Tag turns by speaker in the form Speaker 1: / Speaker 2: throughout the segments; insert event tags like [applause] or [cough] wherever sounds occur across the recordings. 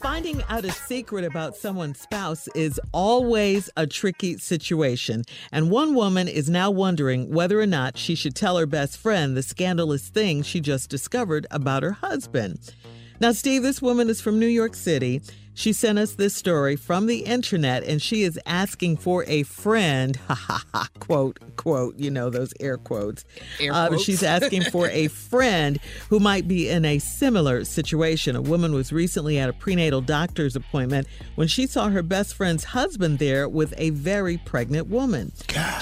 Speaker 1: Finding out a secret about someone's spouse is always a tricky situation. And one woman is now wondering whether or not she should tell her best friend the scandalous thing she just discovered about her husband. Now, Steve, this woman is from New York City. She sent us this story from the internet and she is asking for a friend, [laughs] ha ha ha, quote, quote, you know, those air quotes.
Speaker 2: Air
Speaker 1: Uh,
Speaker 2: quotes.
Speaker 1: she's asking for
Speaker 2: [laughs]
Speaker 1: a friend who might be in a similar situation. A woman was recently at a prenatal doctor's appointment when she saw her best friend's husband there with a very pregnant woman.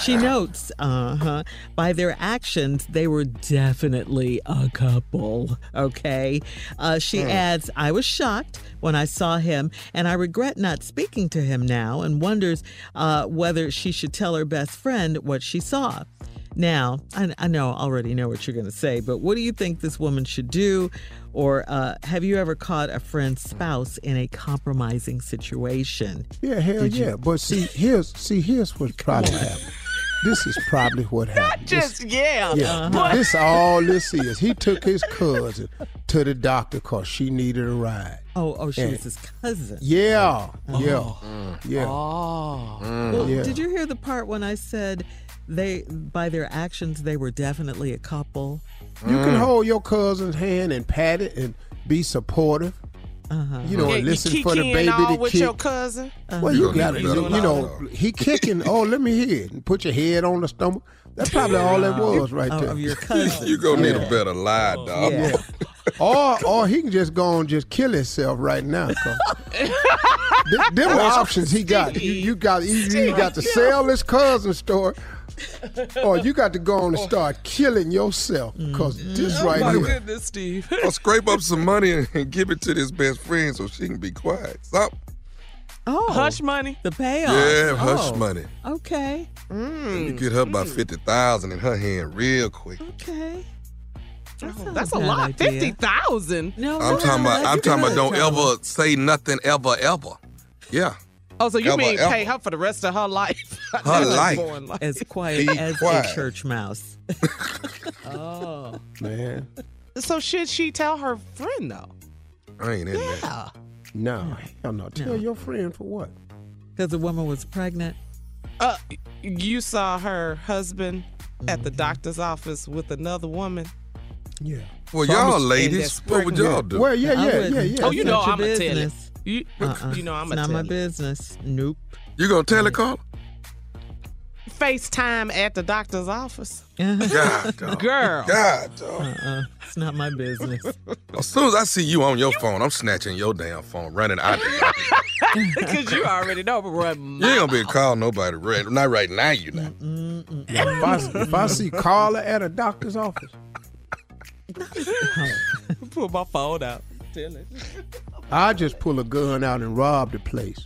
Speaker 1: She notes, uh huh, by their actions, they were definitely a couple, okay? Uh, she adds, I was shocked when I saw him, and I regret not speaking to him now, and wonders uh, whether she should tell her best friend what she saw. Now, I, I know I already know what you're going to say, but what do you think this woman should do? Or uh, have you ever caught a friend's spouse in a compromising situation?
Speaker 3: Yeah, hell yeah. But see, here's see, here's what probably happened. This is probably what happened.
Speaker 1: Just yeah.
Speaker 3: This, yeah, this all this is. He took his cousin to the doctor because she needed a ride.
Speaker 1: Oh, oh, she
Speaker 3: Yeah.
Speaker 1: was his cousin.
Speaker 3: Yeah, yeah, yeah. Mm.
Speaker 1: Oh. Well,
Speaker 3: Yeah.
Speaker 1: Did you hear the part when I said they, by their actions, they were definitely a couple?
Speaker 3: You can hold your cousin's hand and pat it and be supportive. You know, and listen for the baby to kick.
Speaker 4: cousin.
Speaker 3: Well, you
Speaker 5: gonna
Speaker 3: got
Speaker 5: need
Speaker 3: to,
Speaker 5: to
Speaker 3: you
Speaker 5: do that.
Speaker 3: you know, he kicking. Oh, let me hear it. And put your head on the stomach. That's probably all that was right
Speaker 1: Of-
Speaker 3: there.
Speaker 1: of
Speaker 3: [laughs]
Speaker 1: your cousin.
Speaker 6: You're gonna need a better lie, dog.
Speaker 3: Yeah. or or he can just go and just kill himself right now. 'cause- Th- them are options he got. You, you got you, you got to sell this cousin store, or you got to go on and start killing yourself because this right
Speaker 6: my
Speaker 3: here.
Speaker 4: Goodness, Steve.
Speaker 6: I'll scrape up some money and, and give it to this best friend so she can be quiet. Stop.
Speaker 1: Oh,
Speaker 4: Hush money.
Speaker 1: the payoff.
Speaker 6: Yeah,
Speaker 1: Oh,
Speaker 6: hush money.
Speaker 1: Okay.
Speaker 6: You
Speaker 4: Mm.
Speaker 6: get her about fifty thousand in her hand real quick.
Speaker 1: Okay. That sounds
Speaker 4: Oh, That's a
Speaker 1: bad
Speaker 4: lot.
Speaker 1: idea.
Speaker 4: Fifty thousand.
Speaker 1: No,
Speaker 6: I'm
Speaker 1: no,
Speaker 6: talking about.
Speaker 1: that's
Speaker 6: I'm talking about.
Speaker 1: good,
Speaker 6: Don't
Speaker 1: Tom.
Speaker 6: ever say nothing ever ever. Yeah,
Speaker 4: Oh, so you
Speaker 1: Ever,
Speaker 4: mean
Speaker 1: ever.
Speaker 4: pay her for the rest of her life? [laughs]
Speaker 1: Her
Speaker 4: life.
Speaker 1: As quiet
Speaker 4: Be
Speaker 1: as
Speaker 4: quiet.
Speaker 1: a church mouse. oh.
Speaker 3: Man.
Speaker 4: So should she tell her friend though?
Speaker 3: I ain't in
Speaker 4: yeah.
Speaker 3: No. Hell no. Tell
Speaker 1: No.
Speaker 3: your friend for what?
Speaker 1: Because the woman was pregnant.
Speaker 4: Uh, you saw her husband at the doctor's office with another woman.
Speaker 3: Yeah.
Speaker 6: Well,
Speaker 4: Promise-
Speaker 6: y'all
Speaker 4: and
Speaker 6: ladies,
Speaker 4: that's
Speaker 6: what would y'all
Speaker 4: pregnant.
Speaker 6: do?
Speaker 3: Well, yeah,
Speaker 4: I
Speaker 3: yeah,
Speaker 4: wouldn't.
Speaker 3: yeah, yeah.
Speaker 4: Oh, you
Speaker 3: It's
Speaker 4: know
Speaker 3: not your
Speaker 4: I'm gonna tell it.
Speaker 3: business.
Speaker 4: You,
Speaker 1: Uh-uh.
Speaker 4: you know I'm gonna
Speaker 1: It's not
Speaker 4: tell
Speaker 1: my
Speaker 4: it.
Speaker 1: business. Nope.
Speaker 6: You gonna tell it, Carla?
Speaker 4: FaceTime at the doctor's office.
Speaker 6: [laughs] God, dog.
Speaker 4: Girl.
Speaker 6: God, dog.
Speaker 1: Uh-uh. It's not my business.
Speaker 6: As soon as I see you on your phone, I'm snatching your damn phone, running out. the door.
Speaker 4: [laughs] Because you already know, but run.
Speaker 6: you ain't gonna be calling nobody, right? Not right now, you know.
Speaker 3: If I, if I see Carla at a doctor's office,
Speaker 4: [laughs] Pull my phone out. Tell it.
Speaker 3: I just pull a gun out and rob the place.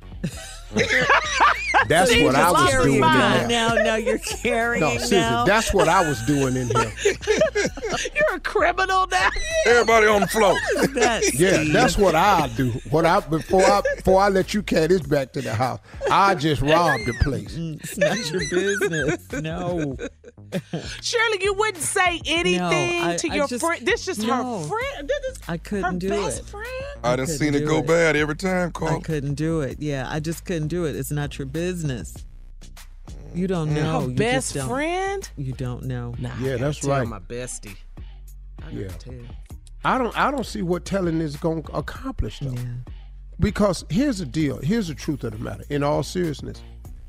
Speaker 3: That's
Speaker 1: See,
Speaker 3: what
Speaker 1: you're
Speaker 3: I was doing in
Speaker 1: carrying
Speaker 3: there.
Speaker 1: now. Now you're carrying
Speaker 3: No, seriously,
Speaker 1: now.
Speaker 3: that's what I was doing in here.
Speaker 4: [laughs] You're a criminal
Speaker 1: [laughs]
Speaker 4: now.
Speaker 6: Everybody on the
Speaker 3: [laughs]
Speaker 6: floor.
Speaker 1: That's
Speaker 3: Yeah, that's what I do. What I before I before I let you carry this back to the house, I just robbed the place.
Speaker 1: Mm, It's not your business. No.
Speaker 4: [laughs] Shirley, you wouldn't say anything
Speaker 1: I-
Speaker 4: to
Speaker 1: I
Speaker 4: your
Speaker 1: just-
Speaker 4: friend. This is
Speaker 1: no.
Speaker 4: her friend. This is
Speaker 1: I
Speaker 4: her
Speaker 1: couldn't do
Speaker 4: best
Speaker 1: it.
Speaker 4: friend.
Speaker 6: I done
Speaker 1: couldn't
Speaker 6: seen it
Speaker 1: do
Speaker 6: go
Speaker 1: it.
Speaker 6: bad every time,
Speaker 1: I
Speaker 6: Carl.
Speaker 1: couldn't do it. Yeah, I just couldn't do it. It's not your business. You
Speaker 3: Mm.
Speaker 1: don't know.
Speaker 4: her
Speaker 1: Oh, you
Speaker 4: best
Speaker 1: just don't.
Speaker 4: friend.
Speaker 1: You don't know.
Speaker 4: Nah, I
Speaker 3: Yeah,
Speaker 4: gotta
Speaker 3: that's
Speaker 4: tell
Speaker 3: right.
Speaker 4: My bestie. I gotta
Speaker 3: Yeah.
Speaker 4: tell.
Speaker 3: I don't I don't see what telling is going to accomplish though. Because here's the deal. Here's the truth of the matter. In all seriousness,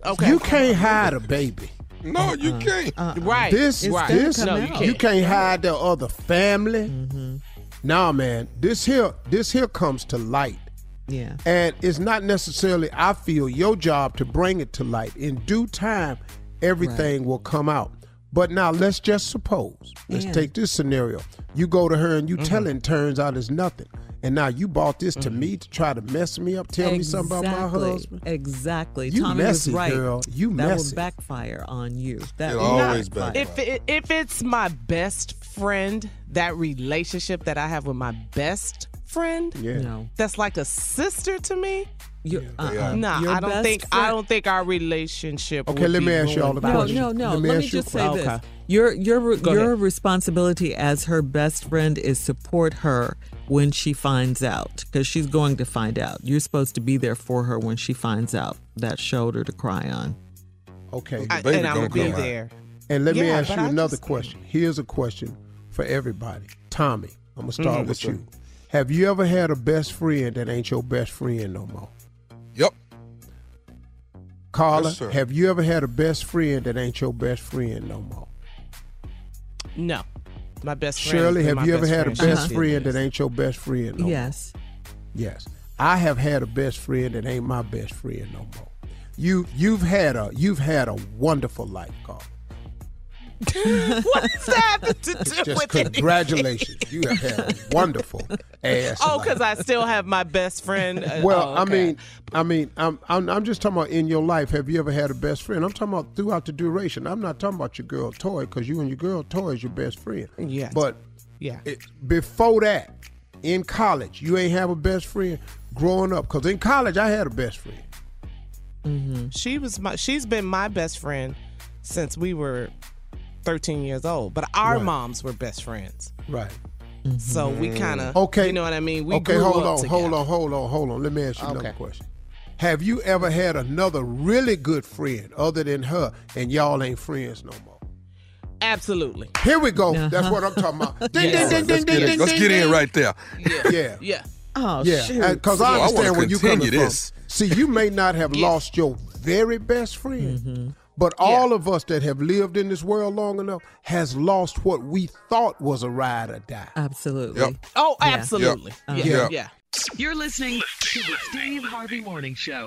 Speaker 4: Okay. Uh-uh.
Speaker 3: you can't hide a baby.
Speaker 6: No, you can't.
Speaker 4: Right.
Speaker 3: This
Speaker 4: right.
Speaker 3: this
Speaker 4: no, you can't.
Speaker 3: you can't hide the other family.
Speaker 4: Mm-hmm.
Speaker 3: Nah, man. This here this here comes to light.
Speaker 1: Yeah.
Speaker 3: And it's not necessarily, I feel, your job to bring it to light. In due time, everything will come out. But now let's just suppose, let's
Speaker 1: Yeah.
Speaker 3: take this scenario. You go to her and you
Speaker 4: Mm-hmm.
Speaker 3: tell her and turns out it's nothing. And now you bought this to me to try to mess me up, tell me something about my
Speaker 1: Exactly.
Speaker 3: husband.
Speaker 1: Exactly.
Speaker 3: You
Speaker 1: Tommy
Speaker 3: messy,
Speaker 1: was right.
Speaker 3: girl. You
Speaker 1: that
Speaker 3: messy.
Speaker 1: will backfire on you. That
Speaker 6: It
Speaker 1: will
Speaker 6: always
Speaker 1: backfire.
Speaker 6: backfires.
Speaker 4: If it, if it's my best friend, that relationship that I have with my best friend,
Speaker 3: Yeah.
Speaker 1: No.
Speaker 4: that's like a sister to me.
Speaker 1: You're, uh-uh.
Speaker 4: Nah,
Speaker 1: Your
Speaker 4: I don't
Speaker 1: best
Speaker 4: think
Speaker 1: friend-
Speaker 4: I don't think our relationship.
Speaker 3: Okay,
Speaker 4: would
Speaker 3: let
Speaker 4: be
Speaker 3: me ask y'all
Speaker 4: ruined
Speaker 3: a
Speaker 4: by-
Speaker 1: No,
Speaker 3: question.
Speaker 1: no, no.
Speaker 3: Let me
Speaker 1: Let me
Speaker 3: ask you a
Speaker 1: just say
Speaker 3: question.
Speaker 1: this:
Speaker 4: Okay.
Speaker 1: your your
Speaker 4: Go
Speaker 1: your
Speaker 4: ahead.
Speaker 1: responsibility as her best friend is support her when she finds out, because she's going to find out. You're supposed to be there for her when she finds out. That shoulder to cry on.
Speaker 3: Okay.
Speaker 4: I-
Speaker 6: baby
Speaker 4: and I
Speaker 6: gonna
Speaker 4: would be
Speaker 6: come out.
Speaker 4: there.
Speaker 3: And let me
Speaker 4: Yeah,
Speaker 3: ask you
Speaker 4: but I
Speaker 3: another
Speaker 4: just-
Speaker 3: question. Here's a question for everybody. Tommy, I'm
Speaker 4: Mm-hmm.
Speaker 3: gonna start with you. Have you ever had a best friend that ain't your best friend no more?
Speaker 6: Yep.
Speaker 3: Carla,
Speaker 6: Yes, sir.
Speaker 3: have you ever had a best friend that ain't your best friend no more?
Speaker 4: No, my best friend.
Speaker 3: Shirley,
Speaker 4: has been
Speaker 3: have
Speaker 4: my
Speaker 3: you ever had a
Speaker 4: friend.
Speaker 3: best
Speaker 4: She
Speaker 3: friend
Speaker 4: is. [laughs]
Speaker 3: that ain't your best friend no more?
Speaker 1: Yes.
Speaker 3: Yes. I have had a best friend that ain't my best friend no more. You you've had a you've had a wonderful life, Carla.
Speaker 4: What's that have to do
Speaker 3: Just
Speaker 4: with it?
Speaker 3: congratulations. you have had a wonderful ass.
Speaker 4: Oh,
Speaker 3: life.
Speaker 4: because I still have my best friend. Uh,
Speaker 3: Well,
Speaker 4: oh, okay.
Speaker 3: I mean, I mean, I'm, I'm I'm just talking about in your life. Have you ever had a best friend? I'm talking about throughout the duration. I'm not talking about your girl toy because you and your girl toy is your best friend.
Speaker 4: Yeah.
Speaker 3: But
Speaker 4: yeah.
Speaker 3: it, before that, in college, you ain't have a best friend growing up because in college I had a best friend.
Speaker 4: She was my she's been my best friend since we were 13 years old, but our
Speaker 3: Right.
Speaker 4: moms were best friends.
Speaker 3: Right.
Speaker 4: So we kind of
Speaker 3: Okay.
Speaker 4: you know what I mean? We
Speaker 3: okay.
Speaker 4: grew
Speaker 3: hold
Speaker 4: up
Speaker 3: on. Hold
Speaker 4: together.
Speaker 3: on. Hold on. Hold on. Let me ask you another
Speaker 4: Okay.
Speaker 3: question. Have you ever had another really good friend other than her, and y'all ain't friends no more?
Speaker 4: Absolutely.
Speaker 3: Here we go.
Speaker 1: Uh-huh.
Speaker 3: That's what I'm talking about. Ding,
Speaker 4: Yes.
Speaker 3: ding,
Speaker 6: Let's get
Speaker 3: ding, ding, ding,
Speaker 6: in,
Speaker 3: ding,
Speaker 6: let's
Speaker 3: ding,
Speaker 6: get in
Speaker 3: ding.
Speaker 6: right there.
Speaker 4: Yeah.
Speaker 1: [laughs]
Speaker 3: Yeah.
Speaker 4: yeah.
Speaker 1: Oh shoot.
Speaker 3: Yeah, because uh, I
Speaker 6: Well, I wanna
Speaker 3: understand where you coming
Speaker 6: continue this.
Speaker 3: from. See, you may not have lost your very best friend, but all of us that have lived in this world long enough has lost what we thought was a ride or die.
Speaker 1: Absolutely.
Speaker 6: Yep.
Speaker 4: Oh, absolutely.
Speaker 6: Yep.
Speaker 4: Yeah.
Speaker 6: Yeah.
Speaker 4: Yeah.
Speaker 7: You're listening to the Steve Harvey Morning Show.